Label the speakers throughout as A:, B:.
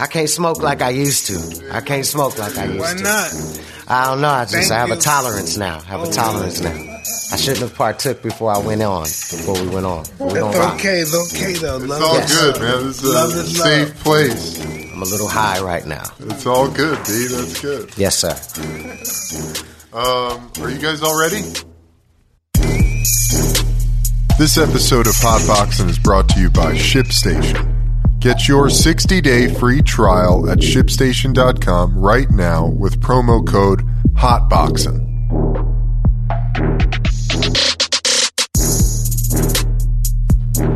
A: I can't smoke like I used to. I can't smoke like I used
B: Why
A: to.
B: not?
A: I don't know. I just
B: Thank
A: I have
B: you.
A: a tolerance now. I have a tolerance now. I shouldn't have partook before I went on. Before we went on, But we don't
B: It's
A: rock.
B: okay. It's okay though.
C: It's
B: Love
C: all
B: is
C: good,
B: love.
C: man. It's
B: Love
C: a
B: is love.
C: safe place.
A: I'm a little high right now.
C: It's all good, D. That's good.
A: Yes, sir.
C: Um, are you guys all ready? This episode of Hot Boxing is brought to you by ShipStation. Get your 60 day free trial at shipstation.com right now with promo code HOTBOXIN.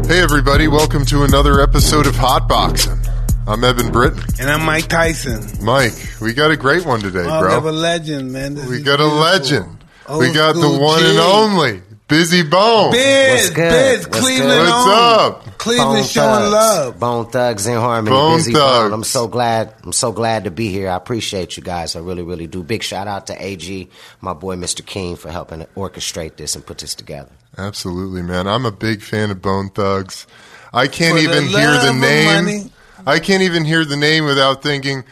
C: Hey, everybody, welcome to another episode of Hot Boxing. I'm Evan Britton.
B: And I'm Mike Tyson.
C: Mike, we got a great one today,
B: Oh,
C: bro.
B: I have a legend, man. This
C: We
B: is
C: got a
B: beautiful.
C: legend.
B: Old
C: we got the
B: school
C: one
B: G.
C: and only Busy Bone.
A: What's
B: Biz,
A: good?
B: Biz,
A: What's
B: Cleveland
A: good?
C: What's
B: on.
C: up?
B: Cleveland showing
A: thugs.
B: love.
A: Bone thugs in harmony.
C: Bone
A: Busy Bone.
C: thugs.
A: I'm so glad. I'm so glad to be here. I appreciate you guys. I really, really do. Big shout out to AG, my boy Mr. King, for helping orchestrate this and put this together.
C: Absolutely, man. I'm a big fan of Bone Thugs. I can't
B: For the
C: even hear
B: love
C: the
B: of
C: name.
B: money.
C: I can't even hear the name without thinking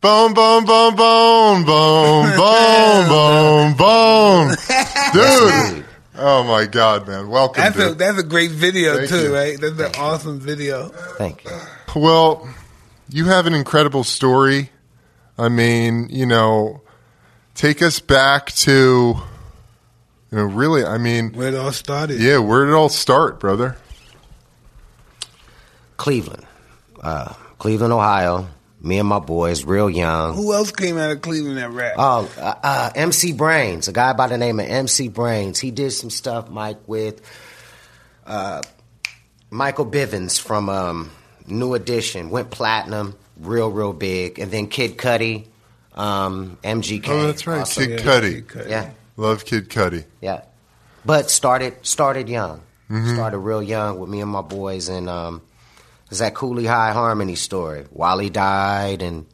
C: Bone, Bone, Bone, Bone, Bone, Bone, Bone, Bone. Dude. Oh my God, man. Welcome.
B: That's a,
C: dude.
B: that's a great video
C: Thank
B: too,
C: you.
B: right? That's an awesome video.
A: Thank you.
C: Well, you have an incredible story. I mean, you know, take us back to, you know, really, I mean,
B: Where it all started.
C: yeah, where did it all start, brother?
A: Cleveland, uh, Cleveland, Ohio. Me and my boys, real young.
B: Who else came out of Cleveland that rap?
A: Oh, uh, uh, MC Brains, a guy by the name of MC Brains. He did some stuff, Mike, with uh, Michael Bivins from um, New Edition. Went platinum, real, real big. And then Kid Cudi, um, MGK.
C: Oh, that's right,
A: also.
C: Kid
B: Yeah,
C: Cudi.
B: Cudi.
A: Yeah,
C: Love Kid Cudi.
A: yeah. But started started young.
C: Mm-hmm.
A: Started real young with me and my boys. And um, it's that Cooley High Harmony story. Wally died and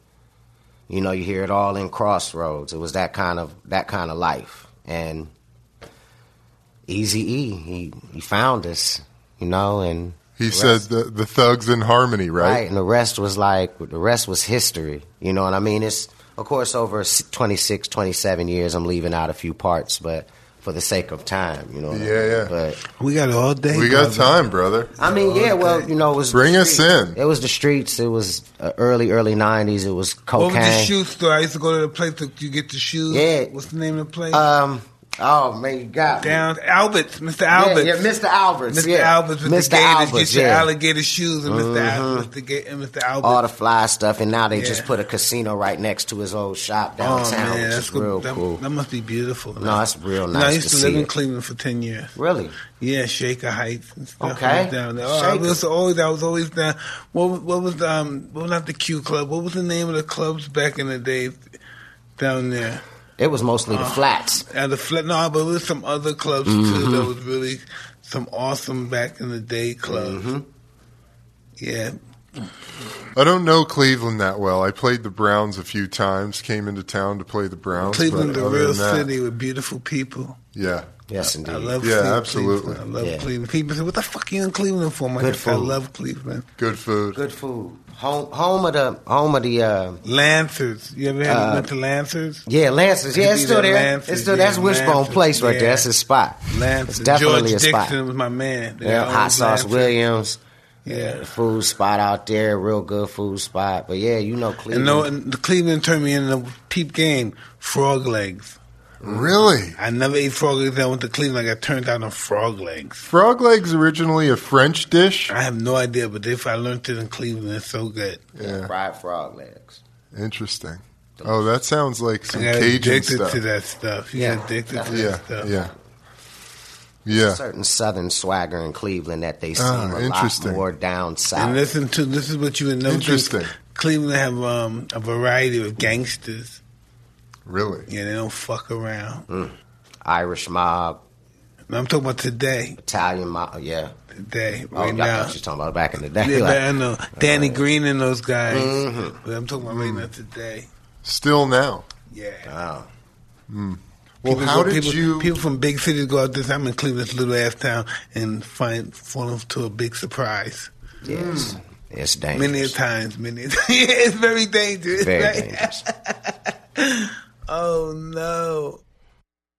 A: you know you hear it all in crossroads it was that kind of that kind of life and easy e he, he found us you know and
C: He
A: the
C: said
A: rest-
C: the, the thugs in harmony,
A: right?
C: right?
A: and the rest was like the rest was history you know what i mean it's of course over s- 26 27 years i'm leaving out a few parts but for the sake of time you know what I
C: Yeah,
A: mean?
C: yeah.
A: but
B: We got all day.
C: We got
B: brother.
C: time, brother.
A: i mean
B: Oh,
A: yeah well you know it was the
C: Bring us
A: streets.
C: in.
A: it was the streets it was uh, early early 90s it was cocaine
B: What was the shoe store? I used to go to the place that you get the shoes.
A: Yeah.
B: What's the name of the place?
A: um oh man you got me.
B: Down Alberts, Mr. Alberts.
A: Yeah, yeah, Mr. Alberts.
B: Mr.
A: yeah.
B: Alberts with
A: Mr.
B: the gators,
A: Alberts,
B: get your
A: yeah. Mm-hmm.
B: alligator shoes, and Mr. Al- Mr. Ga- and Mr. Alberts.
A: All the fly stuff, and now they
B: Yeah.
A: just put a casino right next to his old shop
B: Oh,
A: downtown,
B: man,
A: which
B: that's
A: is
B: good.
A: real
B: that,
A: cool.
B: that must be beautiful. man.
A: no, that's real
B: You
A: nice
B: know, I used
A: to,
B: to, live
A: see.
B: in
A: it.
B: Cleveland for ten years.
A: really?
B: Yeah, Shaker Heights and stuff
A: Okay.
B: was down there. Oh, I
A: Shaker.
B: was always I was always down. What was- what was um well not the Q Club? What was the name of the clubs back in the day down there?
A: It was mostly
B: Uh-huh.
A: the flats.
B: At the flat no, but it was some other clubs too
A: Mm-hmm.
B: that was really some awesome back in the day clubs.
A: Mm-hmm.
B: Yeah,
C: I don't know Cleveland that well. I played the Browns a few times, came into town to play the Browns. but
B: Cleveland's a
C: other
B: real
C: than that-
B: city with beautiful people.
C: Yeah.
A: Yes, indeed.
B: I love
C: Yeah,
B: Cleveland.
C: absolutely.
B: I love
A: Yeah.
B: Cleveland. People say, "What the fuck you in Cleveland for?" My
A: Good
B: I
A: food.
B: love Cleveland.
C: Good food.
A: Good food. Home, home of the, home of the. Uh,
B: Lancers. You ever had, went to Lancers?
A: yeah, Lancers. Yeah, it's
B: Be
A: still
B: the
A: there.
B: Lancers,
A: it's still
B: yeah,
A: that's Wishbone
B: Lancers,
A: Place right
B: yeah.
A: there. That's his spot.
B: Lancers.
A: It's definitely
B: George
A: a
B: Dixon
A: spot.
B: was my man. They
A: Yeah,
B: owned
A: hot sauce
B: Lancers.
A: Williams.
B: Yeah.
A: Food spot out there, real good food spot. But yeah, you know Cleveland.
B: And no, and the Cleveland turned me into a peep game. Frog legs.
C: Really?
B: I never ate frog legs. I went to Cleveland. I got turned down on frog legs.
C: Frog legs originally a French dish.
B: I have no idea, but if I learned it in Cleveland, it's so good.
C: Yeah.
A: fried frog legs.
C: Interesting. Oh, that sounds like some
B: I got
C: Cajun
B: addicted
C: stuff.
B: to that stuff. You
A: Yeah.
B: got addicted to
C: Yeah,
B: that stuff.
C: yeah, yeah.
A: certain southern swagger in Cleveland that they seem
C: Ah,
A: a lot
C: interesting.
A: more down
B: And
A: south.
B: listen to this is what you would know.
C: Interesting.
B: Cleveland have um, a variety of gangsters.
C: Really?
B: Yeah, they don't fuck around.
A: Irish mob,
B: And I'm talking about today.
A: Italian mob, yeah.
B: Today,
A: Oh,
B: right
A: y'all
B: now.
A: thought you talking about back in the day.
B: Yeah,
A: Like, uh,
B: but I know Danny Green and those guys.
A: Mhm.
B: But I'm talking about right now today.
C: Still now.
B: Yeah.
A: wow.
C: Well,
B: People
C: how
B: go-
C: did
B: people,
C: you?
B: People from big cities go out this. I'm in Cleveland's little ass town and find fall into a big surprise.
A: yes. It's dangerous.
B: Mm. Many a times, many. A times. it's very dangerous.
A: Very
B: right?
A: dangerous.
B: Oh no.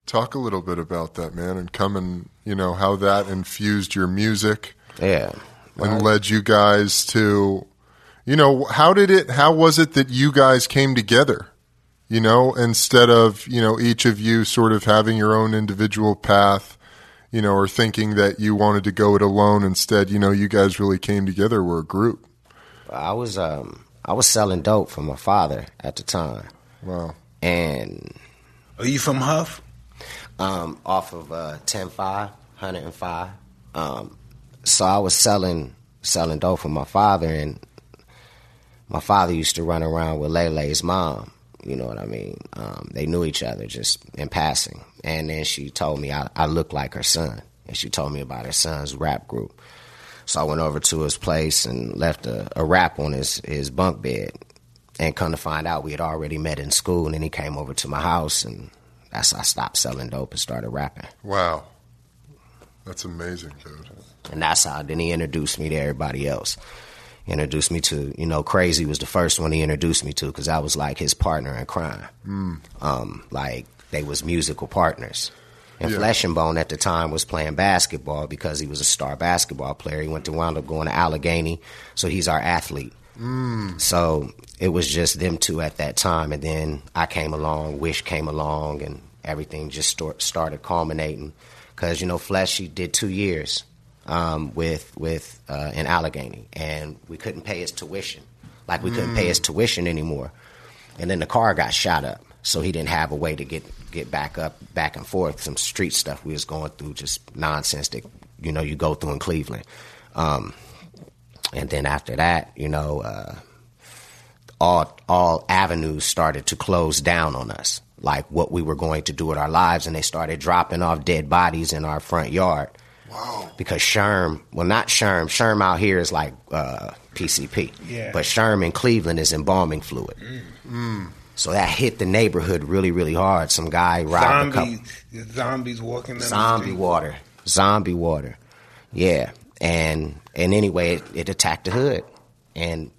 C: Talk a little bit about that, man, and come and, you know, how that infused your music
A: Yeah.
C: and led you guys to, you know, how did it, how was it that you guys came together? You know, instead of, you know, each of you sort of having your own individual path, you know, or thinking that you wanted to go it alone. Instead, you know, you guys really came together, were a group.
A: I was um I was selling dope for my father at the time.
C: Wow.
A: And
B: Are you from Huff?
A: um, off of uh, 105, 105. Um, so I was selling selling dope for my father, and my father used to run around with Lele's mom. You know what I mean? Um, they knew each other just in passing. And then she told me I, I looked like her son, and she told me about her son's rap group. So I went over to his place and left a, a rap on his, his bunk bed. And come to find out, we had already met in school, and then he came over to my house, and that's I stopped selling dope and started rapping.
C: Wow. That's amazing, dude.
A: And that's how then he introduced me to everybody else. He introduced me to, you know, Crazy was the first one he introduced me to because I was like his partner in crime. Um, like they was musical partners. And
C: Yeah.
A: Flesh and Bone at the time was playing basketball because he was a star basketball player. He went to wound up going to Allegheny, so he's our athlete. So it was just them two at that time, and then I came along, Wish came along, and everything just stor- started culminating. Because you know, Fleshy did two years um, with with uh, in Allegheny, and we couldn't pay his tuition, like we couldn't pay his tuition anymore. And then the car got shot up, so he didn't have a way to get get back up, back and forth. Some street stuff we was going through, just nonsense that you know you go through in Cleveland. Um, and then after that, you know, uh, all all avenues started to close down on us, like what we were going to do with our lives, and they started dropping off dead bodies in our front yard. Wow! Because Sherm, well, not Sherm. Sherm out here is like uh, PCP,
B: Yeah.
A: But Sherm in Cleveland is embalming fluid. So that hit the neighborhood really, really hard. Some guy robbed a couple
B: Zombies. Zombies walking down the
A: zombie
B: street.
A: water, zombie water, yeah. And and anyway, it, it attacked the hood, and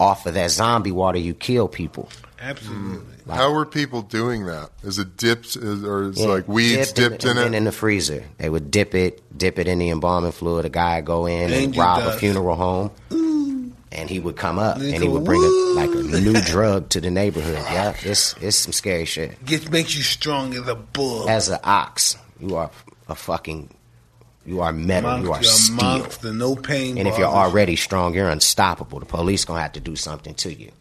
A: off of that zombie water, you kill people.
B: Absolutely.
C: How were people doing that? Is it dipped, is, or is
A: Yeah,
C: like weeds dipped,
A: and
C: in,
A: then
C: it?
A: in the freezer. They would dip it, dip it in the embalming fluid. A guy would go in and
B: Angel
A: rob a
B: dust.
A: funeral home, and he would come up and he
B: Nigga,
A: would bring a,
B: woo.
A: like a new drug to the neighborhood. Yeah, it's it's some scary shit.
B: Gets makes you strong as a bull.
A: As an ox, you are a fucking, you are metal,
B: Monster,
A: you are
B: a
A: steel.
B: monster, no pain.
A: And if you're
B: bothers
A: already strong, you're unstoppable. The police gonna have to do something to you.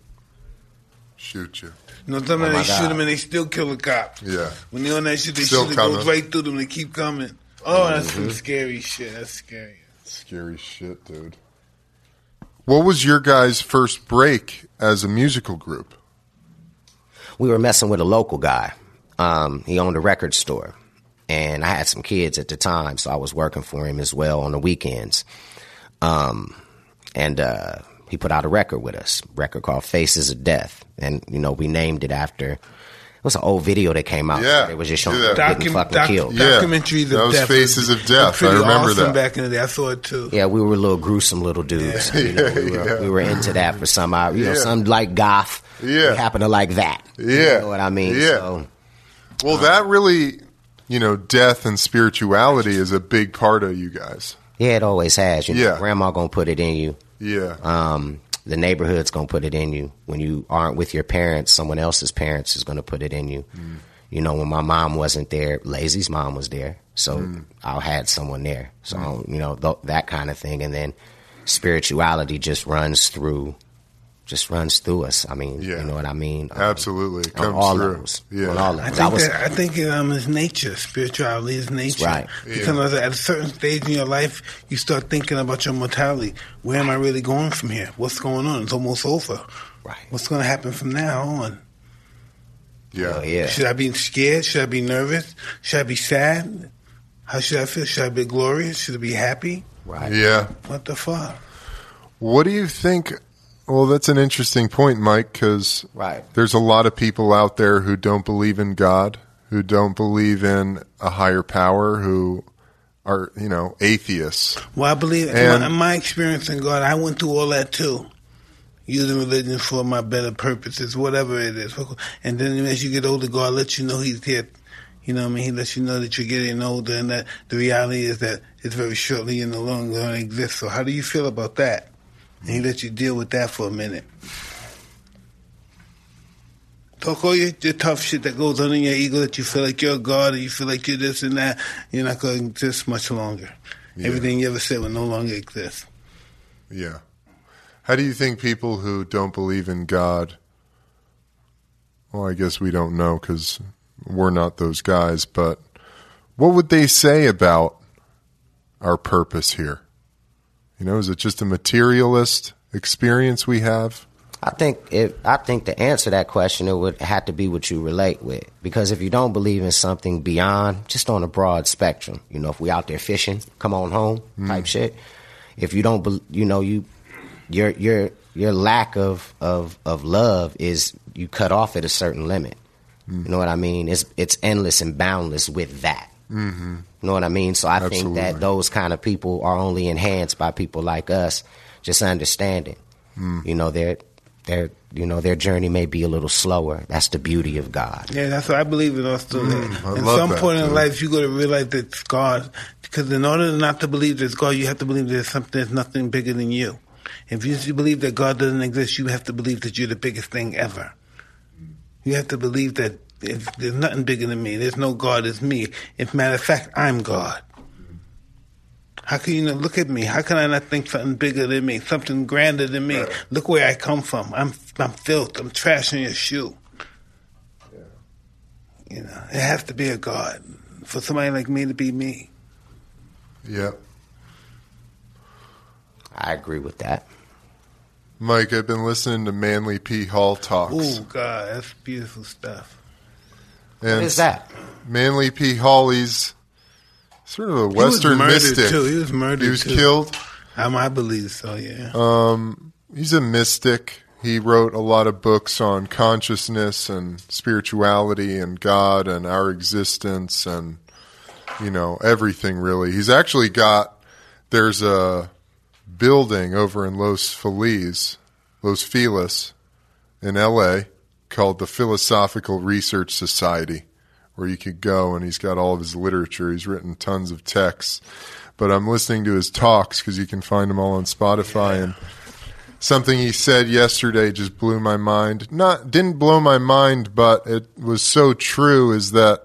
C: Shoot you.
B: you. no, sometimes
A: Oh, my
B: they shoot
A: God.
B: them and they still kill a cop.
C: Yeah.
B: When they're on that shit, they
C: Still
B: shoot it
C: coming.
B: goes right through them. They keep coming. Oh, that's
A: Mm-hmm.
B: some scary shit. That's scary.
C: Scary shit, dude. What was your guys' first break as a musical group?
A: We were messing with a local guy. Um, he owned a record store, and I had some kids at the time, so I was working for him as well on the weekends. Um, and uh, he put out a record with us, record called Faces of Death, and you know we named it after. It was an old video that came out.
C: Yeah,
A: it was just showing
C: yeah.
A: people getting
B: Docu-
A: fucking
B: doc-
A: killed.
C: Yeah.
B: Documentaries of
C: That was
B: death.
C: Faces of Death.
B: Pretty
C: I remember
B: awesome
C: that.
B: back in the day. I saw it too.
A: Yeah, we were little gruesome little dudes. You know, we, were, we were into that for some hour. You know,
C: Yeah.
A: some like goth.
C: Yeah.
A: We happen to like that.
C: Yeah.
A: You know what I mean?
C: Yeah.
A: So,
C: Well, that really, you know, death and spirituality is a big part of you guys.
A: yeah, it always has. You know,
C: Yeah.
A: Grandma going to put it in you.
C: Yeah.
A: Um, the neighborhood's going to put it in you. When you aren't with your parents, someone else's parents is going to put it in you.
C: Mm.
A: You know, when my mom wasn't there, Lazy's mom was there. So
C: Mm.
A: I had someone there. So, um, you know, th- that kind of thing. And then spirituality just runs through. Just runs through us. I mean,
C: Yeah.
A: you know what I mean. Um,
C: Absolutely. It
A: on
C: comes
A: all
C: through.
A: levels.
C: Yeah.
A: On all levels.
B: I
A: I
B: think
A: was-
B: that, I think it, um, it's nature. Spirituality is nature.
A: right.
B: Because at a certain stage in your life, you start thinking about your mortality. Where am I really going from here? What's going on? It's almost over.
A: Right.
B: What's going to happen from now on?
C: yeah.
A: Oh, yeah.
B: Should I be scared? Should I be nervous? Should I be sad? How should I feel? Should I be glorious? Should I be happy?
A: Right.
C: Yeah.
B: What the fuck?
C: What do you think? Well, that's an interesting point, Mike, because
A: Right.
C: there's a lot of people out there who don't believe in God, who don't believe in a higher power, who are you know atheists.
B: Well, I believe in
C: And-
B: my, in my experience in God, I went through all that too. Using religion for my better purposes, whatever it is. And then as you get older, God lets you know He's there. You know what I mean? He lets you know that you're getting older and that the reality is that it's very shortly and the long going to exist. So, how do you feel about that? And He lets you deal with that for a minute. Talk all your, your tough shit that goes on in your ego that you feel like you're God and you feel like you're this and that. You're not going to exist much longer.
C: Yeah.
B: Everything you ever said will no longer exist.
C: Yeah. How do you think people who don't believe in God? Well, I guess we don't know because we're not those guys. But what would they say about our purpose here? You know, is it just a materialist experience we have?
A: I think if I think to answer that question, it would have to be what you relate with. Because if you don't believe in something beyond, just on a broad spectrum, you know, if we out there fishing, come on home type shit. If you don't, bel you know, you your your your lack of of of love is you cut off at a certain limit. You know what I mean? It's it's endless and boundless with that. Mm-hmm. You know what I mean? So I think
C: Absolutely.
A: that those kind of people are only enhanced by people like us, just understanding. You know their their you know their journey may be a little slower. That's the beauty of God.
B: Yeah, that's what I believe in also.
C: Mm, I
B: At
C: love
B: some
C: that,
B: point in
C: dude.
B: life, you got to realize that it's God. Because in order not to believe there's God, you have to believe there's something, there's nothing bigger than you. If you just believe that God doesn't exist, you have to believe that you're the biggest thing ever. You have to believe that if there's nothing bigger than me. There's no God. It's me. If matter of fact, I'm God. How can you not look at me? How can I not think something bigger than me, something grander than me? Look where I come from. I'm I'm filth. I'm trash in your shoe. You know, it has to be a God for somebody like me to be me.
C: Yeah.
A: I agree with that.
C: Mike, I've been listening to Manly P. Hall talks.
B: Ooh, Oh, God, that's beautiful stuff.
A: What
C: and
A: is that?
C: Manly P. Hall, he's sort of a Western
B: he was murdered
C: mystic.
B: too. He was murdered.
C: He was
B: too.
C: killed.
B: Um, I believe so. Yeah.
C: Um, he's a mystic. He wrote a lot of books on consciousness and spirituality and God and our existence and you know everything really. He's actually got there's a building over in Los Feliz, Los Feliz, in L.A. called the Philosophical Research Society, where you could go and he's got all of his literature. He's written tons of texts, but I'm listening to his talks because you can find them all on Spotify and something he said yesterday just blew my mind. Not didn't blow my mind, but it was so true is that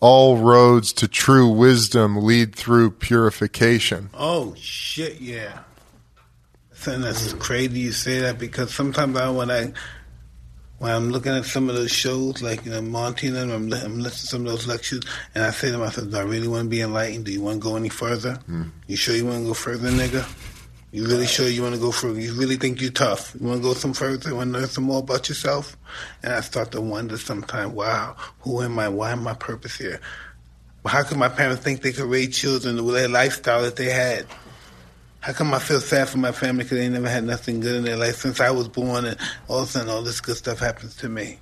C: all roads to true wisdom lead through purification.
B: oh shit! Yeah. Something that's crazy you say that because sometimes I when I when I'm looking at some of those shows like you know Monty and them, I'm, li- I'm listening to some of those lectures and I say to myself, "Do I really want to be enlightened? Do you want to go any further? You sure you want to go further, nigga?" You really sure you want to go further? You really think you're tough? You want to go some further? You want to learn some more about yourself? And I start to wonder sometimes, wow, who am I? Why am I purpose here? How come my parents think they could raise children with their lifestyle that they had? How come I feel sad for my family because they never had nothing good in their life since I was born and all of a sudden all this good stuff happens to me?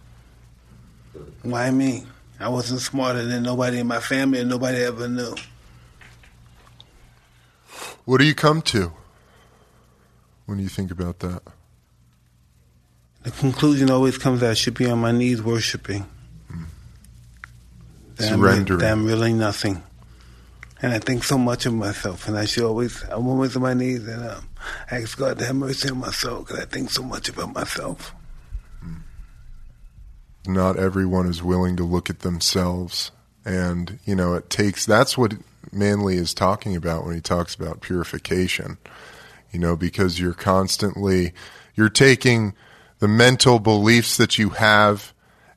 B: Why me? I wasn't smarter than nobody in my family and nobody ever knew.
C: What do you come to when you think about that?
B: The conclusion always comes out I should be on my knees worshiping. That I'm-
C: Surrendering.
B: That I'm really nothing. And I think so much of myself, and I should always, I'm always on my knees and um, ask God to have mercy on my soul because I think so much about myself.
C: Not everyone is willing to look at themselves, and you know it takes. That's what Manley is talking about when he talks about purification. you know, because you're constantly you're taking the mental beliefs that you have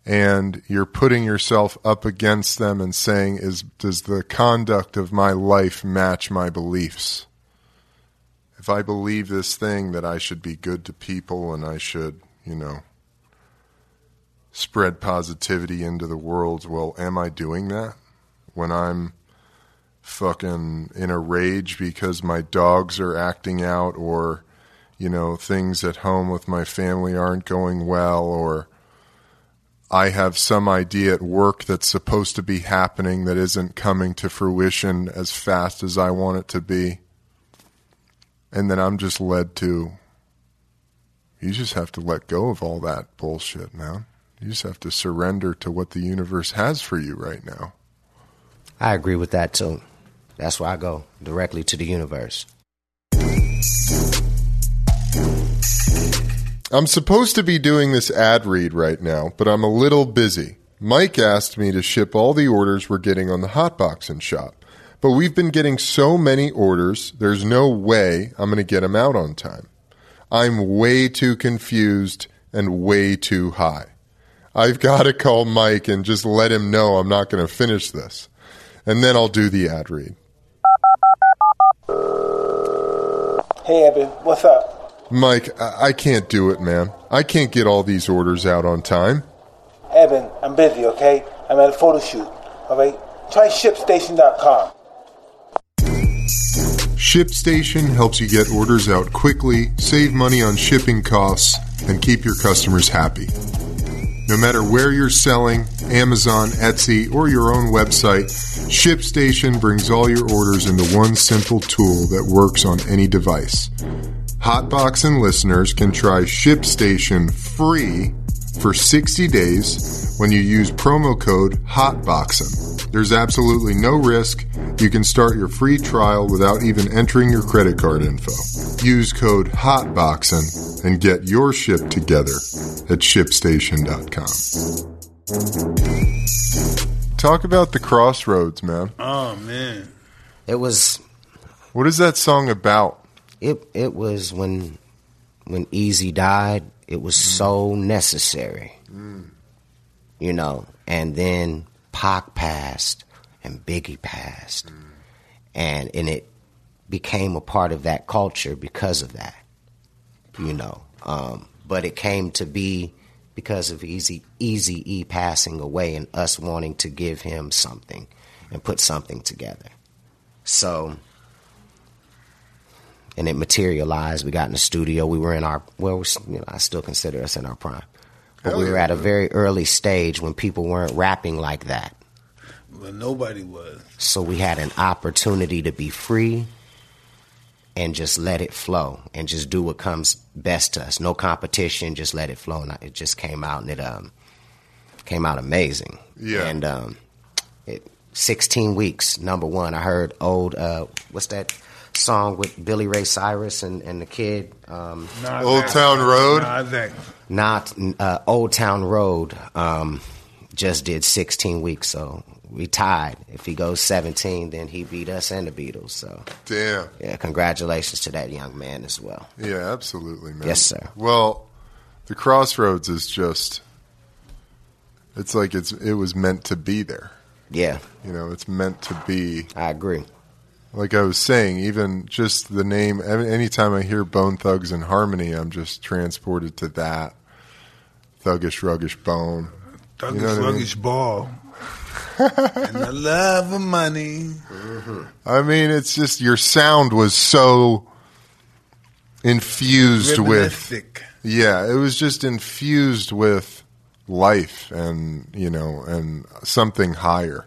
C: and you're putting yourself up against them and saying is does the conduct of my life match my beliefs? If I believe this thing that I should be good to people and I should, you know, spread positivity into the world, well, am I doing that? When I'm fucking in a rage because my dogs are acting out or you know things at home with my family aren't going well or I have some idea at work that's supposed to be happening that isn't coming to fruition as fast as I want it to be. And then I'm just led to, you just have to let go of all that bullshit, man. You just have to surrender to what the universe has for you right now.
A: I agree with that too. That's why I go directly to the universe.
C: I'm supposed to be doing this ad read right now, but I'm a little busy. Mike asked me to ship all the orders we're getting on the Hotboxing shop, but we've been getting so many orders, there's no way I'm going to get them out on time. I'm way too confused and way too high. I've got to call Mike and just let him know I'm not going to finish this. And then I'll do the ad read.
B: Hey, Eben, what's up?
C: Mike, I, I can't do it, man. I can't get all these orders out on time.
B: Eben, I'm busy, okay? I'm at a photo shoot, all right? Try ShipStation.com.
C: ShipStation helps you get orders out quickly, save money on shipping costs, and keep your customers happy. No matter where you're selling, Amazon, Etsy, or your own website, ShipStation brings all your orders into one simple tool that works on any device. Hotbox and listeners can try ShipStation free for 60 days when you use promo code HOTBOXIN. There's absolutely no risk. You can start your free trial without even entering your credit card info. Use code HOTBOXIN and get your ship together at shipstation.com. Talk about the crossroads, man.
B: Oh, man.
A: It was
C: What is that song about?
A: it it was when when Easy died, it was so necessary. You know, and then Pac passed and Biggie passed. And and it became a part of that culture because of that. You know. Um, but it came to be because of Easy Easy E passing away and us wanting to give him something and put something together. So and it materialized. We got in the studio. We were in our well, we, you know, I still consider us in our prime, but
C: Hell
A: we
C: yeah,
A: were at a very early stage when people weren't rapping like that.
B: Well, nobody was.
A: So we had an opportunity to be free and just let it flow and just do what comes best to us. No competition, just let it flow. And I- it just came out and it um, came out amazing.
C: Yeah.
A: And um, it, 16 weeks, number one. I heard old, uh, what's that song with Billy Ray Cyrus and, and the kid? Um,
B: Nas
C: Old
B: X.
C: Town Road?
B: Nas X.
A: not uh, Old Town Road um, just did 16 weeks, so we tied. If he goes 17, then he beat us and the Beatles. So
C: Damn.
A: yeah, congratulations to that young man as well.
C: Yeah, absolutely, man.
A: Yes, sir.
C: Well, the crossroads is just it's like it's it was meant to be there.
A: Yeah,
C: You know, it's meant to be
A: I agree.
C: like I was saying, even just the name I mean, anytime I hear Bone Thugs and Harmony, I'm just transported to that. Thuggish ruggish bone.
B: Thuggish,
C: You know what I mean?
B: ruggish ball. and the love of money.
C: I mean, it's just your sound was so infused with
B: Rhythmistic.
C: Yeah, it was just infused with life and you know and something higher.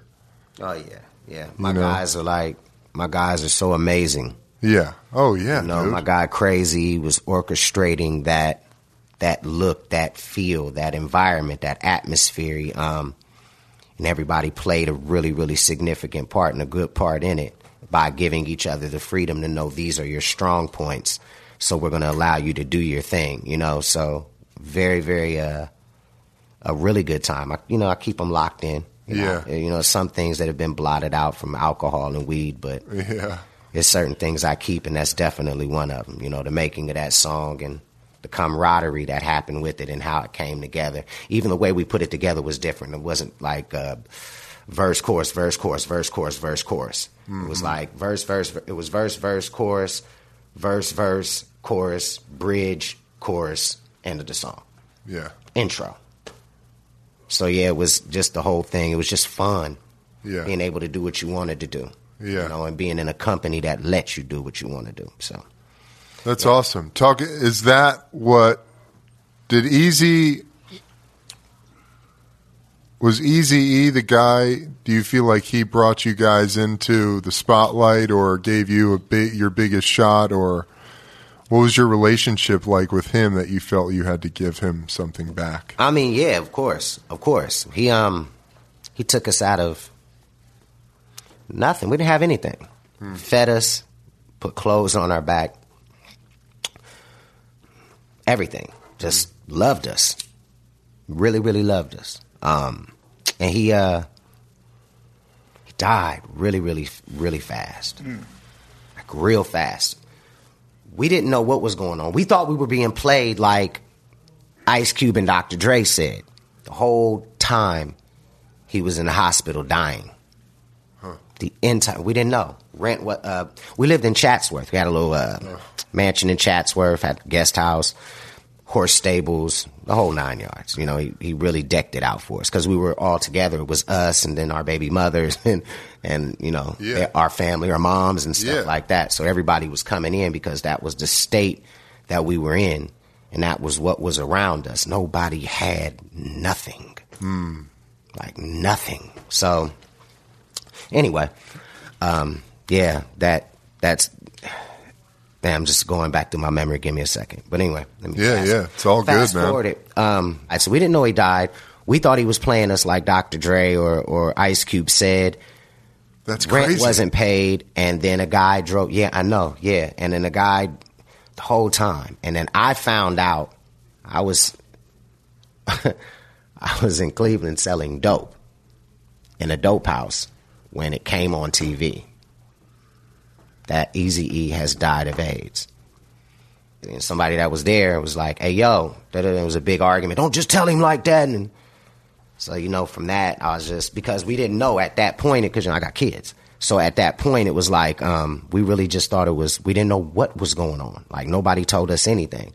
A: Oh yeah, yeah. My
C: know.
A: guys are like, my guys are so amazing.
C: Yeah. Oh yeah.
A: You know,
C: dude.
A: my guy Crazy was orchestrating that that look, that feel, that environment, that atmosphere. Um, and everybody played a really, really significant part and a good part in it by giving each other the freedom to know these are your strong points. So we're going to allow you to do your thing, you know. So very, very uh, a really good time. I, you know, I keep them locked in. You know?
C: Yeah.
A: you know, some things that have been blotted out from alcohol and weed, but
C: Yeah.
A: there's certain things I keep, and that's definitely one of them. You know, the making of that song and the camaraderie that happened with it and how it came together. Even the way we put it together was different. It wasn't like uh, verse, chorus, verse, chorus, verse, chorus, verse, chorus. It was like verse, verse. ver- It was verse, verse, chorus, verse, verse, chorus, bridge, chorus, end of the song
C: Yeah.
A: intro. So yeah, it was just the whole thing. It was just fun.
C: Yeah.
A: Being able to do what you wanted to do.
C: Yeah.
A: You know, and being in a company that lets you do what you want to do. So
C: That's awesome. Talk is that what did Easy was Easy E the guy? Do you feel like he brought you guys into the spotlight, or gave you a big, your biggest shot, or what was your relationship like with him that you felt you had to give him something back?
A: I mean, yeah, of course, of course. He um, he took us out of nothing. We didn't have anything. Fed us, put clothes on our back, everything. Just loved us. Really, really loved us. Um, and he uh, he died really, really, really fast. Like real fast. We didn't know what was going on. We thought we were being played like Ice Cube and Dr. Dre said the whole time he was in the hospital dying. The entire we didn't know rent. What uh, we lived in Chatsworth. We had a little uh, mansion in Chatsworth, had a guest house, horse stables, the whole nine yards. You know, he, he really decked it out for us because we were all together. It was us and then our baby mothers and and you know
C: Yeah.
A: their- our family, our moms and stuff
C: Yeah.
A: like that. So everybody was coming in because that was the state that we were in, and that was what was around us. Nobody had nothing
C: Hmm.
A: like nothing. So anyway, um, yeah, that that's. Man, I'm just going back through my memory. Give me a second. But anyway, let me
C: Yeah, yeah, it's all good,
A: fast
C: man.
A: Forward it. Um, all right, so we didn't know he died. We thought he was playing us like Dr. Dre or, or Ice Cube said.
C: That's crazy.
A: Rent wasn't paid, and then a guy drove. Yeah, I know. Yeah, and then a guy the whole time, and then I found out I was I was in Cleveland selling dope in a dope house when it came on TV that Easy E has died of AIDS. And somebody that was there was like, "Hey, yo!" da, da, da. It was a big argument. Don't just tell him like that. And so you know, from that, I was just because we didn't know at that point because you know I got kids. So at that point, it was like um, we really just thought it was we didn't know what was going on. Like nobody told us anything.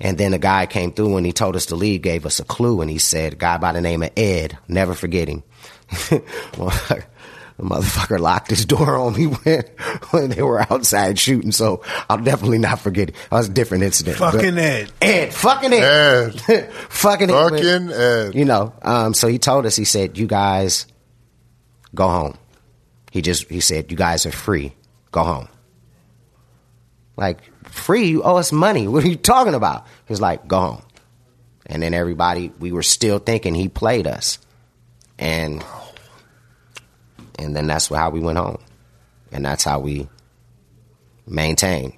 A: And then a guy came through and he told us to leave, gave us a clue, and he said, a guy by the name of Ed, never forget him. well, the motherfucker locked his door on me when, when they were outside shooting, so I'll definitely not forget it. That was a different incident. but-
B: Fucking Ed.
A: Ed, fucking Ed.
C: Ed.
A: fucking Ed.
C: Fucking Ed.
A: You know, um, so he told us, he said, you guys go home. He just, he said, you guys are free. Go home. Like, free? You owe us money. What are you talking about? He was like, go home. And then everybody, we were still thinking he played us. And, and then that's how we went home. And that's how we maintained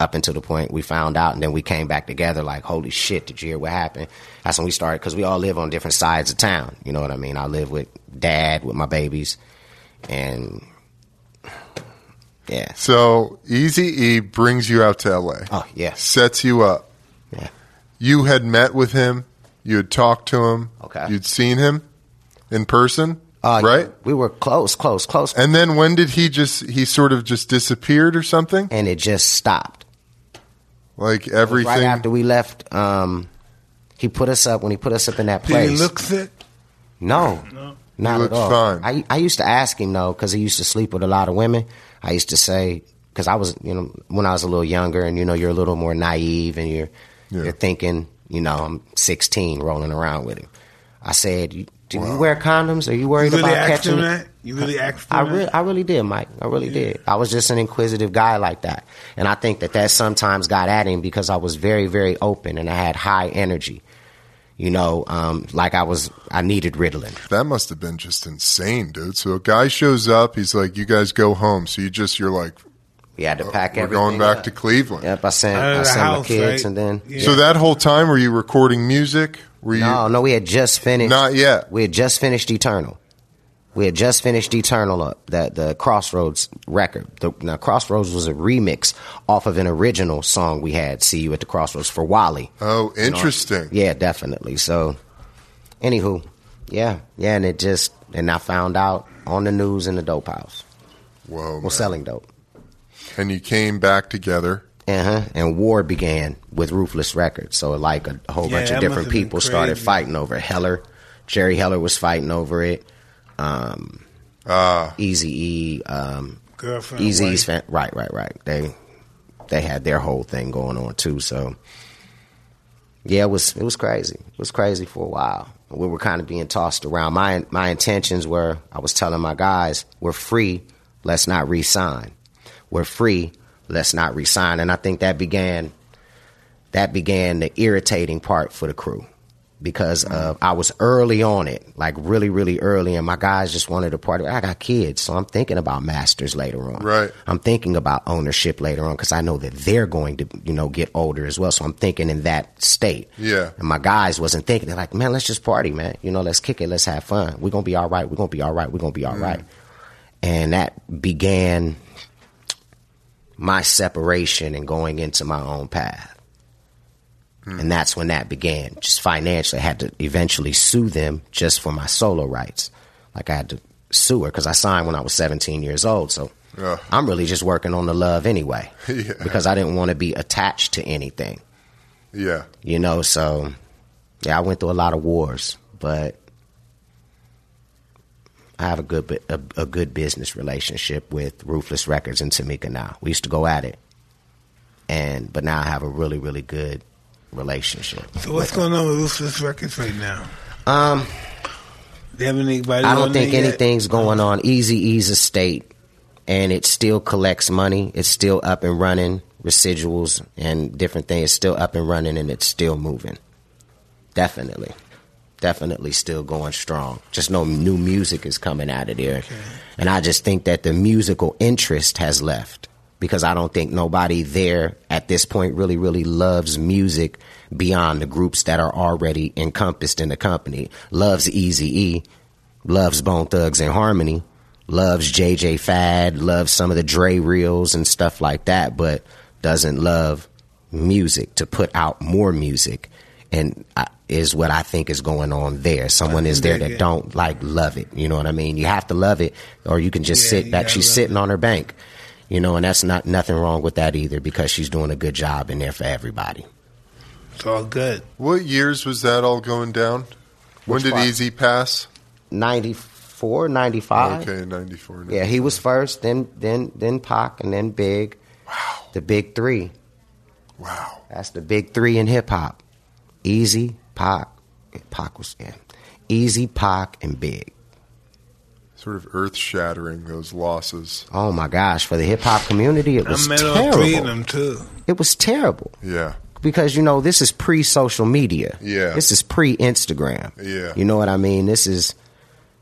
A: up until the point we found out and then we came back together like holy shit did you hear what happened that's when we started because we all live on different sides of town you know what i mean i live with dad with my babies and yeah
C: So Easy E brings you out to LA.
A: oh yeah
C: Sets you up.
A: yeah
C: You had met with him. You had talked to him.
A: Okay.
C: You'd seen him in person,
A: Uh,
C: right?
A: we were close close close
C: And then when did he just? He sort of just disappeared or something.
A: and it just stopped
C: Like everything.
A: right after we left um he put us up when he put us up in that place
B: Did he look sick?
A: No, not
C: He
A: at
C: looked
A: all.
C: fine.
A: I I used to ask him though because he used to sleep with a lot of women. I used to say because I was you know when I was a little younger and you know you're a little more naive and you're
C: Yeah.
A: you're thinking you know I'm 16 rolling around with him. I said, "You- "Do you wear condoms? Are you
B: You
A: worried
B: really
A: about
B: asked
A: catching?"
B: him
A: it?"
B: that? You really asked him
A: I
B: that?
A: really, I really did, Mike. I really did. I was just an inquisitive guy like that, and I think that that sometimes got at him because I was very, very open and I had high energy. You know, um, like I was, I needed Ritalin.
C: That must have been just insane, dude. So a guy shows up. He's like, "You guys go home." So you just you're like, "Oh,
A: We had to pack
C: "We're
A: everything.
C: going back
A: up.
C: to Cleveland."
A: Yep, I sent
B: Out of
A: I
B: the
A: sent my
B: house,
A: kids,
B: right?
A: and then
B: Yeah.
C: So that whole time, were you recording music? Were you?
A: no, no, we had just finished.
C: Not yet.
A: We had just finished Eternal. We had just finished Eternal up that the Crossroads record. The, now Crossroads was a remix off of an original song we had. See you at the Crossroads for Wally.
C: Oh, interesting.
A: Yeah, definitely. So, anywho, yeah, yeah, and it just and I found out on the news in the dope house.
C: Whoa.
A: Well,
C: man.
A: selling dope.
C: And you came back together.
A: Uh-huh. And war began with Ruthless Records. So like a, a whole
B: Yeah,
A: bunch
B: that
A: of
B: must
A: different
B: have been
A: people started
B: crazy.
A: fighting over it. Heller. Jerry Heller was fighting over it. Um Easy E, um
B: Girlfriend.
A: Easy
B: wife.
A: E's fan right, right, right. They they had their whole thing going on too, so yeah, it was it was crazy. It was crazy for a while. We were kind of being tossed around. My my intentions were I was telling my guys, we're free, let's not resign. We're free, let's not resign. And I think that began that began the irritating part for the crew because
C: Mm-hmm.
A: uh, I was early on it, like really, really early, and my guys just wanted to party. I got kids, so I'm thinking about masters later on.
C: Right.
A: I'm thinking about ownership later on because I know that they're going to, you know, get older as well. So I'm thinking in that state.
C: Yeah.
A: And my guys wasn't thinking. They're like, man, let's just party, man. You know, let's kick it, let's have fun. We're gonna be all right. We're gonna be all right. We're gonna be all
C: Mm.
A: right. And that began my separation and going into my own path and that's when that began. Just financially, I had to eventually sue them just for my solo rights. Like I had to sue her because I signed when I was 17 years old. So
C: Ugh.
A: I'm really just working on the love anyway
C: Yeah.
A: because I didn't want to be attached to anything,
C: Yeah.
A: you know. So yeah, I went through a lot of wars, but I have a good bu- a, a good business relationship with Ruthless Records and Tamika now. We used to go at it, and but now I have a really really good relationship.
B: So what's going on with Ruthless Records right now?
A: Um,
B: They have anybody?
A: I don't
B: on
A: think
B: there yet?
A: anything's going on. Easy E's estate, and it still collects money. It's still up and running. Residuals and different things It's still up and running, and it's still moving. Definitely, definitely still going strong. Just no new music is coming out of there, and I just think that the musical interest has left because I don't think nobody there at this point really, really loves music beyond the groups that are already encompassed in the company. Loves Easy E, loves Bone Thugs and Harmony, loves JJ Fad, loves some of the Dre reels and stuff like that, but doesn't love music to put out more music. And I, is what I think is going on there. Someone is there that don't like love it. You know what I mean? You have to love it, or you can just
B: Yeah,
A: sit
B: you
A: back.
B: gotta
A: She's
B: love
A: sitting on her bank, you know, and that's not nothing wrong with that either because she's doing a good job in there for everybody.
B: It's all good.
C: What years was that all going down?
A: Which
C: when did
A: part?
C: Easy pass?
A: 94, 95.
C: okay, 94.
A: Yeah, he was first, then then then Pac, and then Big. Wow. The big three.
C: Wow.
A: That's the big three in hip hop. Easy, Pac, Pac was yeah. Easy, Pac, and Big.
C: Sort of earth shattering, those losses.
A: Oh my gosh! For the hip hop community, it was
B: I met all three of
A: terrible.
B: them too.
A: It was terrible.
C: Yeah.
A: because you know this is pre social media.
C: Yeah.
A: This is pre Instagram.
C: Yeah.
A: You know what I mean? This is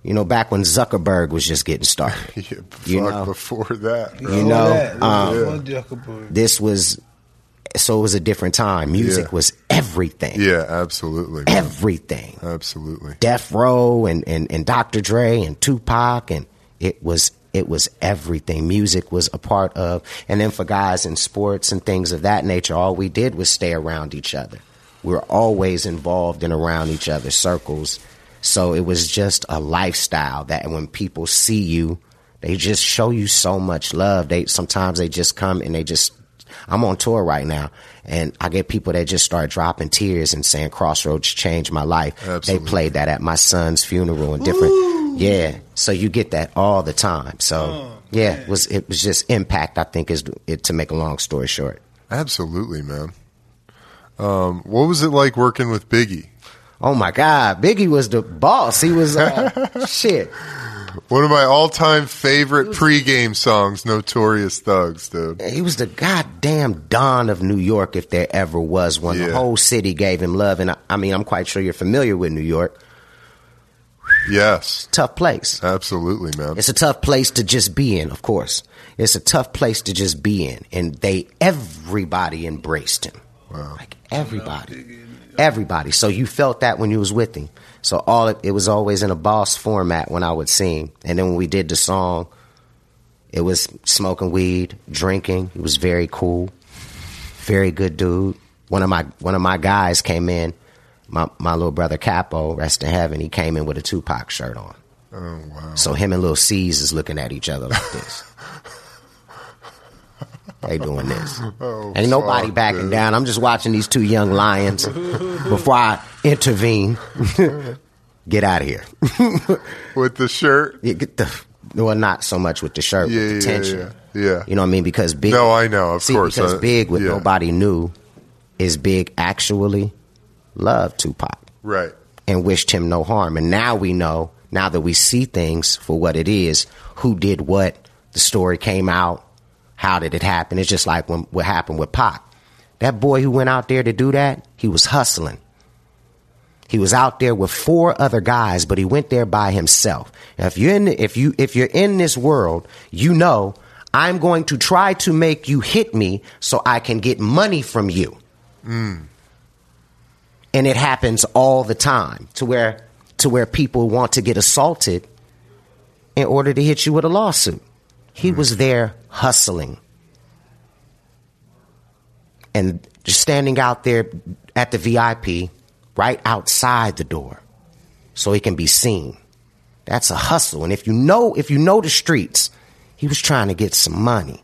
A: you know back when Zuckerberg was just getting started.
C: yeah fuck
A: You know.
C: before that.
A: You
C: Bro.
A: know,
B: that,
A: um,
B: yeah. Zuckerberg.
A: this was so it was a different time. Music
C: Yeah.
A: was everything.
C: Yeah, absolutely. man.
A: Everything.
C: Absolutely.
A: Death Row and, and, and Dr. Dre and Tupac and it was it was everything. Music was a part of and then for guys in sports and things of that nature, all we did was stay around each other. We were always involved and around each other's circles. So it was just a lifestyle that when people see you, they just show you so much love. They sometimes they just come and they just I'm on tour right now, and I get people that just start dropping tears and saying "Crossroads changed my life."
C: Absolutely.
A: They played that at my son's funeral and different. Yeah, so you get that all the time. So yeah, it was it was just impact. I think is it, to make a long story short.
C: Absolutely, man. Um, what was it like working with Biggie?
A: Oh my God, Biggie was the boss. He was uh, shit.
C: One of my all-time favorite pregame songs, "Notorious Thugs," dude.
A: He was the goddamn Don of New York, if there ever was one.
C: Yeah.
A: The whole city gave him love, and I, I mean, I'm quite sure you're familiar with New York.
C: Yes,
A: Tough place.
C: absolutely, man.
A: It's a tough place to just be in, of course. It's a tough place to just be in. And they, everybody embraced him. Like everybody. Everybody. So you felt that when you was with him. So all it, it was always in a boss format when I would sing. And then when we did the song, it was smoking weed, drinking. He was very cool, very good dude. One of my one of my guys came in, my my little brother Capo, rest in heaven. He came in with a Tupac shirt on.
C: Oh wow,
A: So him and Lil C's is looking at each other like this. they doing this.
C: Oh,
A: Ain't nobody
C: fuck,
A: backing
C: dude.
A: down. I'm just watching these two young lions before I intervene. get out of here.
C: with the shirt.
A: Yeah, get the well, not so much with the shirt,
C: Yeah,
A: with
C: yeah,
A: the tension.
C: yeah, yeah.
A: You know what I mean? Because big.
C: No, I know, of
A: see,
C: course, uh,
A: Because
C: I-
A: big with
C: yeah.
A: nobody knew is big actually, loved Tupac
C: Right.
A: and wished him no harm. And now we know, now that we see things for what it is, who did what, the story came out, how did it happen? It's just like when, what happened with Pac. That boy who went out there to do that, he was hustling. He was out there with four other guys, but he went there by himself. Now, if you're in, the- if you, if you're in this world, you know I'm going to try to make you hit me so I can get money from you and it happens all the time to where to where people want to get assaulted in order to hit you with a lawsuit. He was there hustling and just standing out there at the VIP right outside the door so he can be seen. That's a hustle and if you know if you know the streets, he was trying to get some money.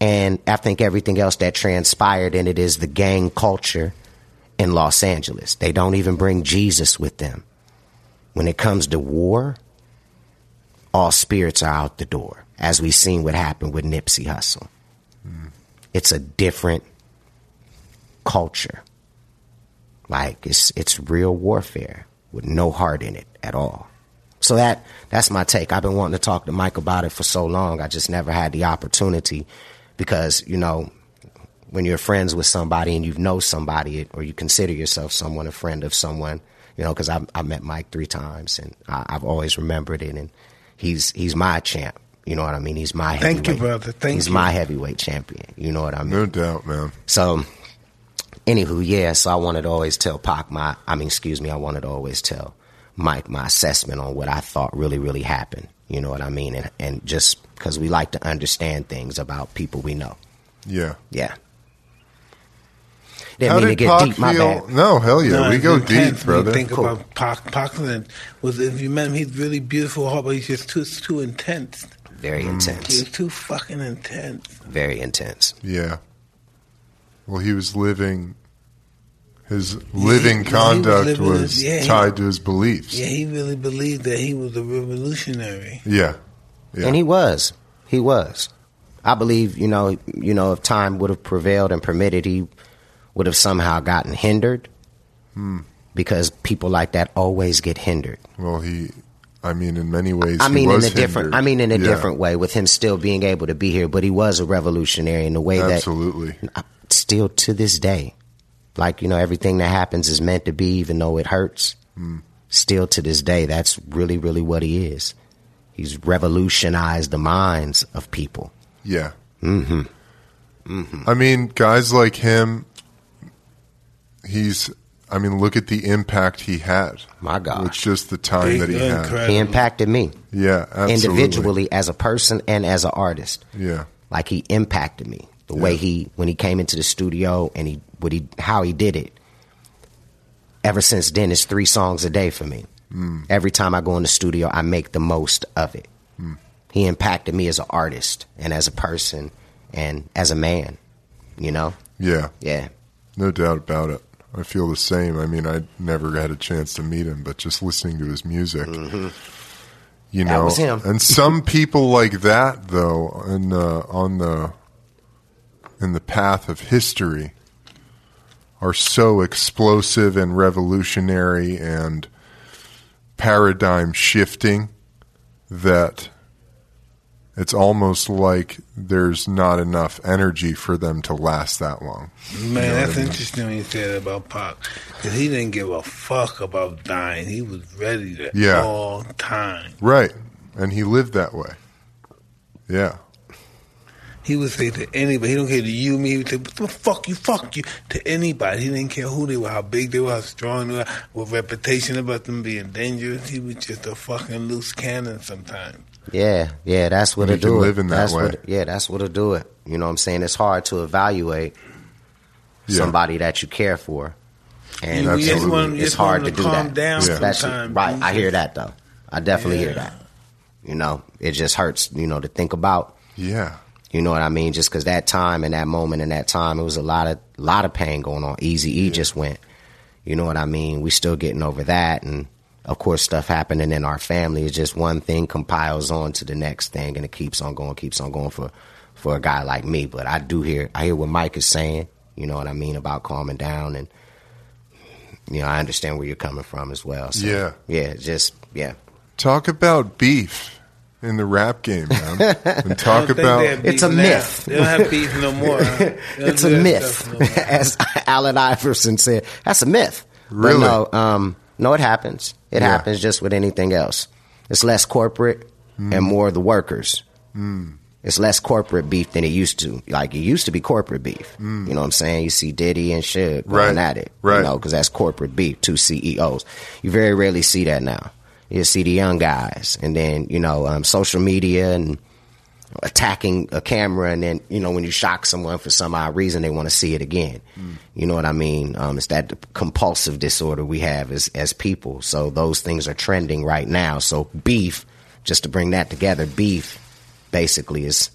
A: And I think everything else that transpired in it is the gang culture in Los Angeles. They don't even bring Jesus with them. When it comes to war, all spirits are out the door, as we've seen what happened with Nipsey Hussle. It's a different culture. Like it's it's real warfare with no heart in it at all. So that that's my take. I've been wanting to talk to Mike about it for so long. I just never had the opportunity because, you know, when you're friends with somebody and you know somebody or you consider yourself someone a friend of someone, you know, because I I met Mike three times and I, I've always remembered it and he's he's my champ. You know what I mean? He's my
B: Thank you,
A: heavyweight-
B: brother. Thank
A: he's
B: you.
A: my heavyweight champion. You know what I mean?
C: No doubt, man.
A: So, anywho, yeah. So I wanted to always tell Pac my. I mean, excuse me. I wanted to always tell Mike my assessment on what I thought really, really happened. You know what I mean? And and just because we like to understand things about people we know.
C: Yeah.
A: Yeah. Didn't
C: How
A: mean to
C: did
A: get
C: Pac
A: deep. My
C: feel?
A: bad.
C: No, hell yeah,
B: No,
C: we
B: it's
C: go
B: intense
C: deep,
B: when you
C: brother.
B: Think
A: Cool.
B: about Pac. Pac then was if you met him, he's really beautiful, hard, but he's just too it's too intense.
A: Very intense.
B: He's too fucking intense.
A: Very intense.
C: Yeah. Well, he was living. His living
B: he was
C: conduct was,
B: living his- yeah, he-
C: tied to his beliefs.
B: Yeah, he really believed that he was a revolutionary.
C: Yeah. Yeah.
A: And he was. He was. I believe, you know, you know, if time would have prevailed and permitted, he would have somehow gotten hindered.
C: Hmm.
A: Because people like that always get hindered.
C: well, he. I mean, in many ways,
A: I
C: he
A: mean, in a
C: was
A: different.
C: hindered.
A: I mean, in a
C: Yeah,
A: different way. With him still being able to be here, but he was a revolutionary in the way
C: Absolutely.
A: that, I- still to this day, like you know, everything that happens is meant to be, even though it hurts.
C: Hmm.
A: Still to this day, that's really, really what he is. He's revolutionized the minds of people.
C: Yeah. Mm-hmm. I mean, guys like him. He's. I mean, look at the impact he had.
A: My God.
C: it's just the time
B: Big
C: that he
B: and
C: had.
B: crazy.
A: He impacted me
C: Yeah, absolutely.
A: individually as a person and as an artist.
C: Yeah,
A: Like he impacted me the way
C: Yeah.
A: he when he came into the studio and he what he how he did it. Ever since then, it's three songs a day for me.
C: Mm.
A: Every time I go in the studio, I make the most of it.
C: Mm.
A: He impacted me as an artist and as a person and as a man. You know,
C: yeah,
A: yeah.
C: no doubt about it. I feel the same. I mean, I never had a chance to meet him, but just listening to his music, you
A: Mm-hmm. That
C: know,
A: was him.
C: and some people like that though, in uh, on the in the path of history, are so explosive and revolutionary and paradigm shifting that it's almost like there's not enough energy for them to last that long.
B: Man, that's interesting when you say that about Pac, because he didn't give a fuck about dying. He was ready to
C: Yeah.
B: all time.
C: Right. And he lived that way. Yeah.
B: He would say to anybody, he don't care to you, me, he would say, "What the fuck you, fuck you, to anybody. He didn't care who they were, how big they were, how strong they were, what reputation about them being dangerous. He was just a fucking loose cannon sometimes.
A: Yeah, yeah, that's what
C: And
A: it
C: you can
A: do.
C: live
A: it.
C: in that
A: that's
C: way.
A: What, yeah, that's what it do. It. You know what I'm saying? It's hard to evaluate
C: Yeah.
A: somebody that you care for, and
B: You- you
C: just want-
A: it's
B: you just
A: hard to
B: want
A: do
B: them to calm
A: that.
B: down
A: Especially-
B: sometimes.
A: right? I hear that though. I definitely hear
B: Yeah.
A: that. You know, it just hurts. You know, to think about.
C: Yeah.
A: You know what I mean? Just because that time and that moment and that time, it was a lot of lot of pain going on. Easy E just went. You know what I mean? We still getting over that, and of course, stuff happening in our family. It's just one thing compiles on to the next thing, and it keeps on going, keeps on going for for a guy like me. But I do hear I hear what Mike is saying. You know what I mean about calming down and you know, I understand where you're coming from as well. So,
C: Yeah.
A: yeah, just yeah.
C: Talk about beef in the rap game, man. and talk
B: I don't think they have
C: about
A: It's a
B: beef now.
A: myth.
B: They don't have beef no more. huh? They don't
A: it's
B: do
A: a
B: that
A: myth,
B: stuff no more.
A: as Alan Iverson said. That's a myth. But
C: Really?
A: no, um, no, it happens. It
C: Yeah.
A: happens just with anything else. It's less corporate
C: Mm.
A: and more the workers. It's less corporate beef than it used to. Like it used to be corporate beef. You know what I'm saying? You see Diddy and shit going
C: Mm. Right.
A: at it.
C: Right.
A: You know, because that's corporate beef. Two CEOs. You very rarely see that now. You see the young guys, and then you know, um, social media and attacking a camera and then you know when you shock someone for some odd reason they want to see it again you know what i mean um, it's that compulsive disorder we have as as people so those things are trending right now so beef just to bring that together beef basically is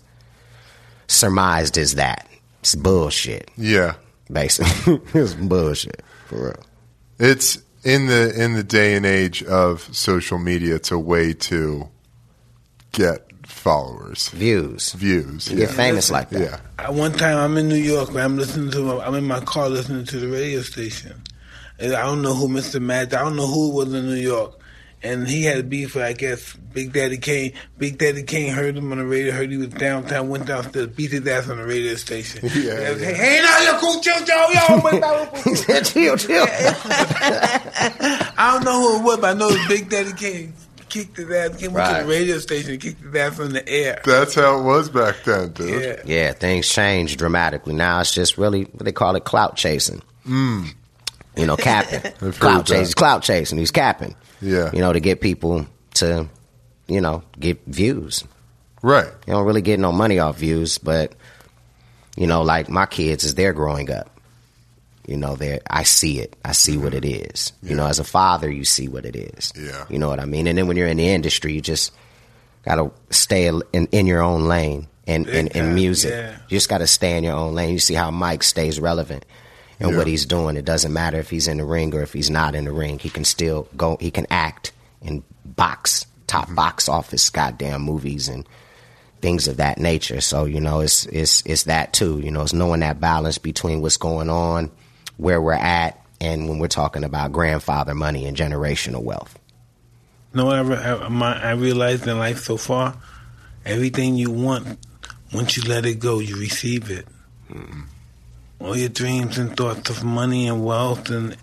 A: surmised as that it's bullshit
C: yeah.
A: basically it's bullshit for real
C: It's in the in the day and age of social media. It's a way to get followers,
A: views
C: views.
A: get famous like that
C: Yeah.
B: I, one time I'm in New York, man. I'm listening to. I'm in my car listening to the radio station. And I don't know who Mr. Mad. I don't know who was in New York, and he had beef with I guess Big Daddy Kane. Big Daddy Kane heard him on the radio. Heard he was downtown. Went downstairs, beat his ass on the radio station.
C: Yeah,
B: Hey, hey, now you cool, chill, yo, yo. wait, wait, wait, wait.
A: chill chill
B: I don't know who it was, but I know it was Big Daddy Kane. Kicked his ass. Came went to
A: Right.
B: the radio station. and Kicked his ass on the air.
C: That's how it was back then, dude.
B: Yeah.
A: Yeah, things change dramatically. Now it's just really what they call it clout chasing. Mm. You know, capping.
C: heard
A: clout
C: that.
A: chasing. Clout chasing. He's capping.
C: Yeah.
A: You know, to get people to, you know, get views.
C: Right.
A: They don't really get no money off views, but you know, like my kids as they're growing up. You know, they I see it. I see what it is. You know, as a father you see what it is.
C: Yeah.
A: You know what I mean? And then when you're in the industry you just gotta stay in, in your own lane and in,
B: Big
A: in
B: time,
A: music.
B: yeah.
A: You just gotta stay in your own lane. You see how Mike stays relevant and what
C: Yeah.
A: he's doing. It doesn't matter if he's in the ring or if he's not in the ring. He can still go he can act and box top box office goddamn movies and things of that nature. So you know, it's it's it's that too. You know, it's knowing that balance between what's going on, where we're at, and when we're talking about grandfather money and generational wealth.
B: know what I, re- I, my, I realized in life so far? Everything you want, once you let it go, you receive it. All your dreams and thoughts of money and wealth and,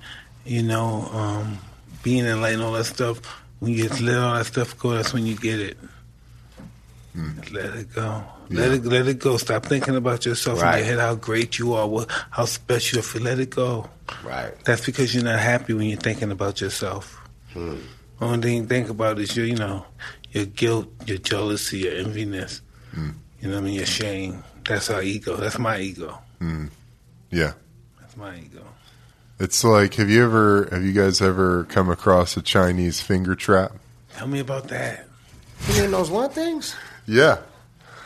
B: you know, um, being enlightened, all that stuff, when you just let all that stuff go, that's when you get it. Let it go. Let it let it go. Stop thinking about yourself in
A: Right.
B: your head, how great you are, what, how special you feel. Let it go.
A: Right.
B: That's because you're not happy when you're thinking about yourself.
C: Hmm.
B: Only thing you think about is your, you know, your guilt, your jealousy, your enviness.
C: Hmm.
B: You know what I mean? Your shame. That's our ego. That's my ego.
C: Yeah.
B: That's my ego.
C: It's like have you ever have you guys ever come across a Chinese finger trap?
B: Tell me about that.
A: You mean those one things?
C: Yeah.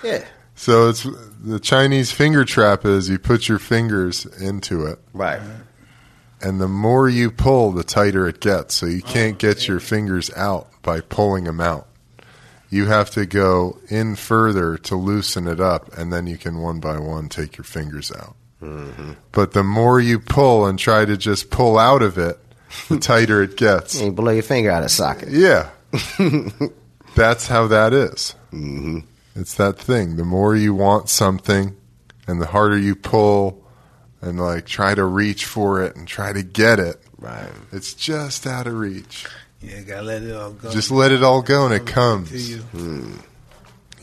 A: Yeah.
C: So it's the Chinese finger trap is you put your fingers into it
A: Right.
C: and the more you pull the tighter it gets. So you can't get your fingers out by pulling them out. You have to go in further to loosen it up and then you can one by one take your fingers out. But the more you pull and try to just pull out of it, the tighter it gets.
A: You ain't blow your finger out of socket.
C: Yeah. That's how that is. Mm-hmm. It's that thing. The more you want something and the harder you pull and like try to reach for it and try to get it,
A: Right.
C: it's just out of reach.
B: Yeah, gotta let it all go.
C: Just let it all go and it
B: to
C: comes.
B: you.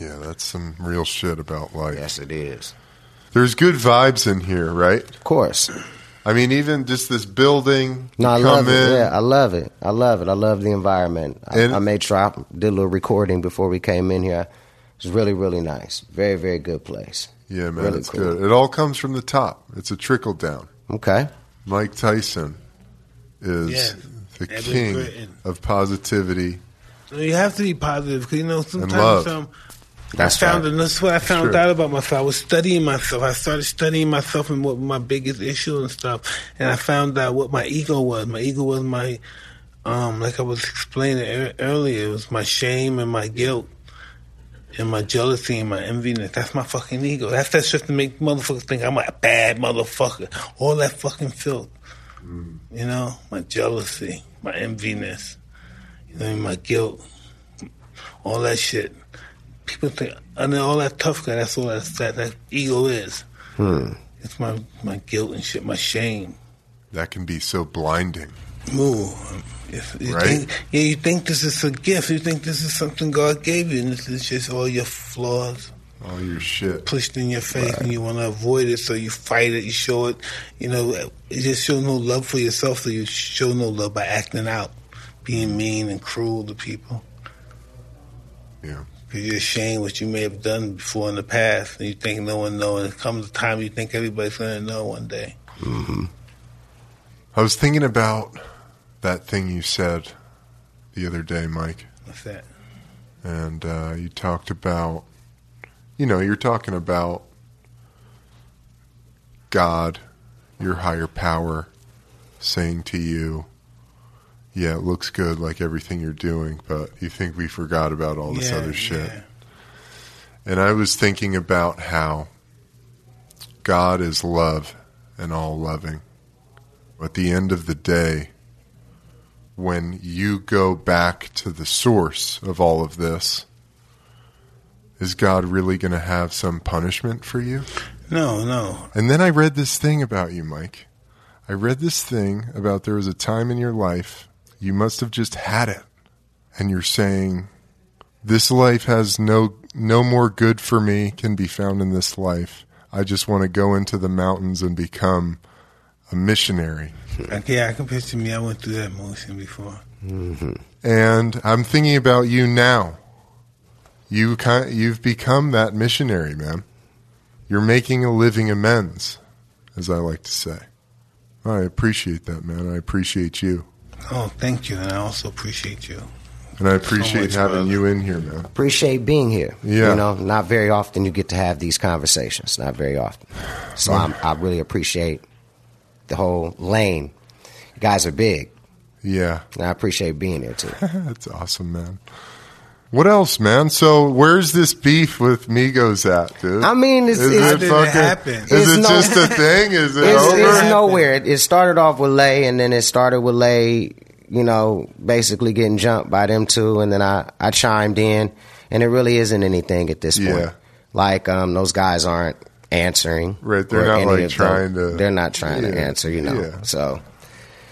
C: Yeah, that's some real shit about life.
A: Yes, it is.
C: There's good vibes in here, right?
A: Of course.
C: I mean, even just this building.
A: No, I
C: you
A: love
C: come
A: it.
C: in,
A: Yeah, I love it. I love it. I love the environment. I,
C: And-
A: I made sure I did a little recording before we came in here. It was really, really nice. Very, very good place.
C: Yeah, man,
A: Really
C: it's
A: cool.
C: good. It all comes from the top. It's a trickle down.
A: Okay.
C: Mike Tyson is
B: Yeah.
C: the
B: Edward
C: king
B: Britton.
C: of positivity.
B: So you have to be positive because you know sometimes
C: love.
B: some-
A: That's
B: I found
A: right.
B: and that's what I found
C: true.
B: out about myself. I was studying myself. I started studying myself and what my biggest issue and stuff. And I found out what my ego was. My ego was my, um, like I was explaining ear- earlier, it was my shame and my guilt. And my jealousy and my enviness. That's my fucking ego. That's that shit to make motherfuckers think I'm a bad motherfucker. All that fucking filth. You know, my jealousy, my enviness, you know, my guilt, all that shit. People think, and then all that tough guy, that's all that's, that, that ego is. It's my, my guilt and shit, my shame.
C: That can be so blinding.
B: Move. If you
C: Right.
B: Think, yeah, you think this is a gift. You think this is something God gave you, and this is just all your flaws
C: All your shit.
B: pushed in your face, and you want to avoid it, so you fight it, you show it. You know, you just show no love for yourself, so you show no love by acting out, being mean and cruel to people.
C: Yeah.
B: 'Cause you're ashamed what you may have done before in the past, and you think no one knows. And it comes a time you think everybody's going to know one day.
C: I was thinking about that thing you said the other day, Mike.
B: What's that?
C: and uh, you talked about, you know, you're talking about God, your higher power, saying to you, "Yeah, it looks good, like everything you're doing, but you think we forgot about all this
B: Yeah,
C: other shit."
B: yeah.
C: And I was thinking about how God is love and all loving. At the end of the day, when you go back to the source of all of this, is God really going to have some punishment for you?
B: No, no.
C: And then I read this thing about you, Mike. I read this thing about there was a time in your life you must have just had it. And you're saying this life has no no more good for me can be found in this life. I just want to go into the mountains and become a missionary.
B: Like, yeah, I can picture me. I went through that motion before.
C: And I'm thinking about you now. You kind, you've become that missionary, man. You're making a living amends, as I like to say. I appreciate that, man. I appreciate you,
B: Oh, thank you, and I also appreciate you.
C: and I appreciate
B: much,
C: having
B: brother.
C: you in here, man.
A: Appreciate being here.
C: Yeah.
A: You know, not very often you get to have these conversations. Not very often. So I'm, I really appreciate the whole lane. You guys are big.
C: Yeah,
A: And I appreciate being here too.
C: that's awesome, man. What else, man? So, where's this beef with Migos at, dude?
A: I mean, it's-
C: Is
A: it's-
B: How did it happen?
C: Is
A: It's
C: it
A: no-
C: just a thing? Is it
A: it's,
C: over?
A: it's nowhere. It, it started off with Lay, and then it started with Lay, you know, basically getting jumped by them two, and then I, I chimed in, and it really isn't anything at this
C: Yeah.
A: point. Like um, those guys aren't answering.
C: Right, they're
A: or
C: not,
A: any
C: like,
A: of the-
C: trying to-
A: They're not trying to
C: Yeah,
A: answer, you know.
C: yeah.
A: So.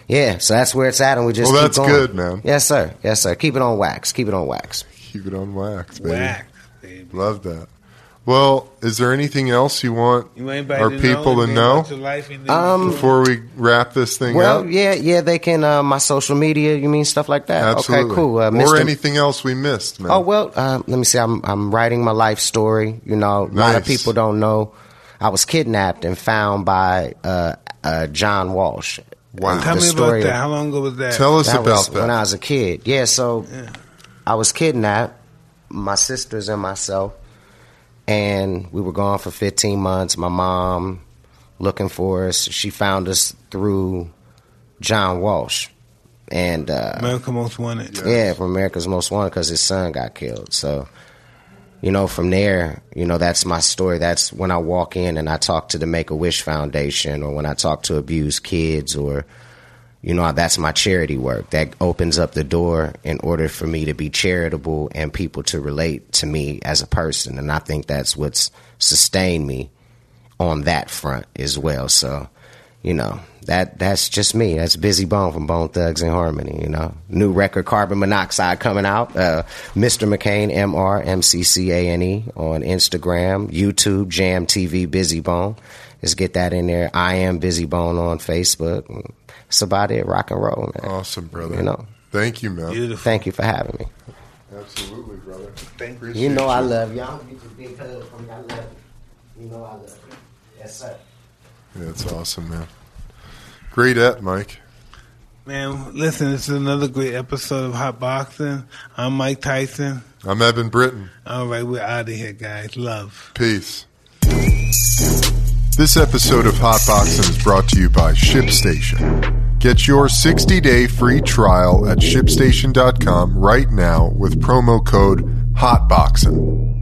A: Yeah, so that's where it's at, and we just
C: Well,
A: keep
C: that's
A: going.
C: good, man.
A: Yes, sir. Yes, sir. Keep it on wax. Keep it on wax.
C: Keep it on wax, baby.
B: Whack, baby.
C: Love that. Well, is there anything else you want
B: You want anybody
C: our
B: to know
C: people to
B: anything
C: know
B: about your life, anything
A: Um,
B: before-
C: before we wrap this thing
A: Well,
C: up?
A: yeah, yeah, they can. Uh, my social media, you mean stuff like that?
C: Absolutely.
A: Okay, cool. Uh,
C: or
A: Mr.
C: anything else we missed, man.
A: Oh well, uh, let me see. I'm I'm writing my life story. You know, a lot
C: Nice.
A: of people don't know I was kidnapped and found by uh, uh, John Walsh.
C: Wow.
A: And
B: Tell
A: the
B: me
A: story
B: about
A: of-
B: that. How long ago was that?
C: Tell us
A: that
C: about
A: was
C: that.
A: when I was a kid. Yeah, so
B: Yeah.
A: I was kidnapped, my sisters and myself, and we were gone for 15 months. My mom looking for us. She found us through John Walsh, and uh,
B: America Most Wanted.
A: yeah, from America's Most Wanted because his son got killed. So, you know, from there, you know, that's my story. That's when I walk in and I talk to the Make a Wish Foundation or when I talk to abused kids or, you know, that's my charity work. That opens up the door in order for me to be charitable and people to relate to me as a person. And I think that's what's sustained me on that front as well. So, you know, that that's just me. That's Busy Bone from Bone Thugs and Harmony. You know, new record Carbon Monoxide coming out. Uh, Mr. McCain M R M C C A N E on Instagram, YouTube, Jam TV, Busy Bone. Just get that in there. I am Busy Bone on Facebook. That's about it. Rock and roll, man.
C: awesome, Oh, brother.
A: You know.
C: Thank you, man.
B: Beautiful.
A: Thank you for having me.
C: Absolutely, brother.
B: Thank you.
A: You know I love y'all. You a big hug from me. I love you. You know I love you. Yes, sir.
C: Yeah, That's awesome, man. Great at Mike.
B: Man, listen, this is another great episode of Hot Boxing. I'm Mike Tyson.
C: I'm Evan Britton.
B: All right, we're out of here, guys. Love.
C: Peace. This episode of Hot Boxing is brought to you by ShipStation. Get your 60 day free trial at shipstation.com right now with promo code HOTBOXIN.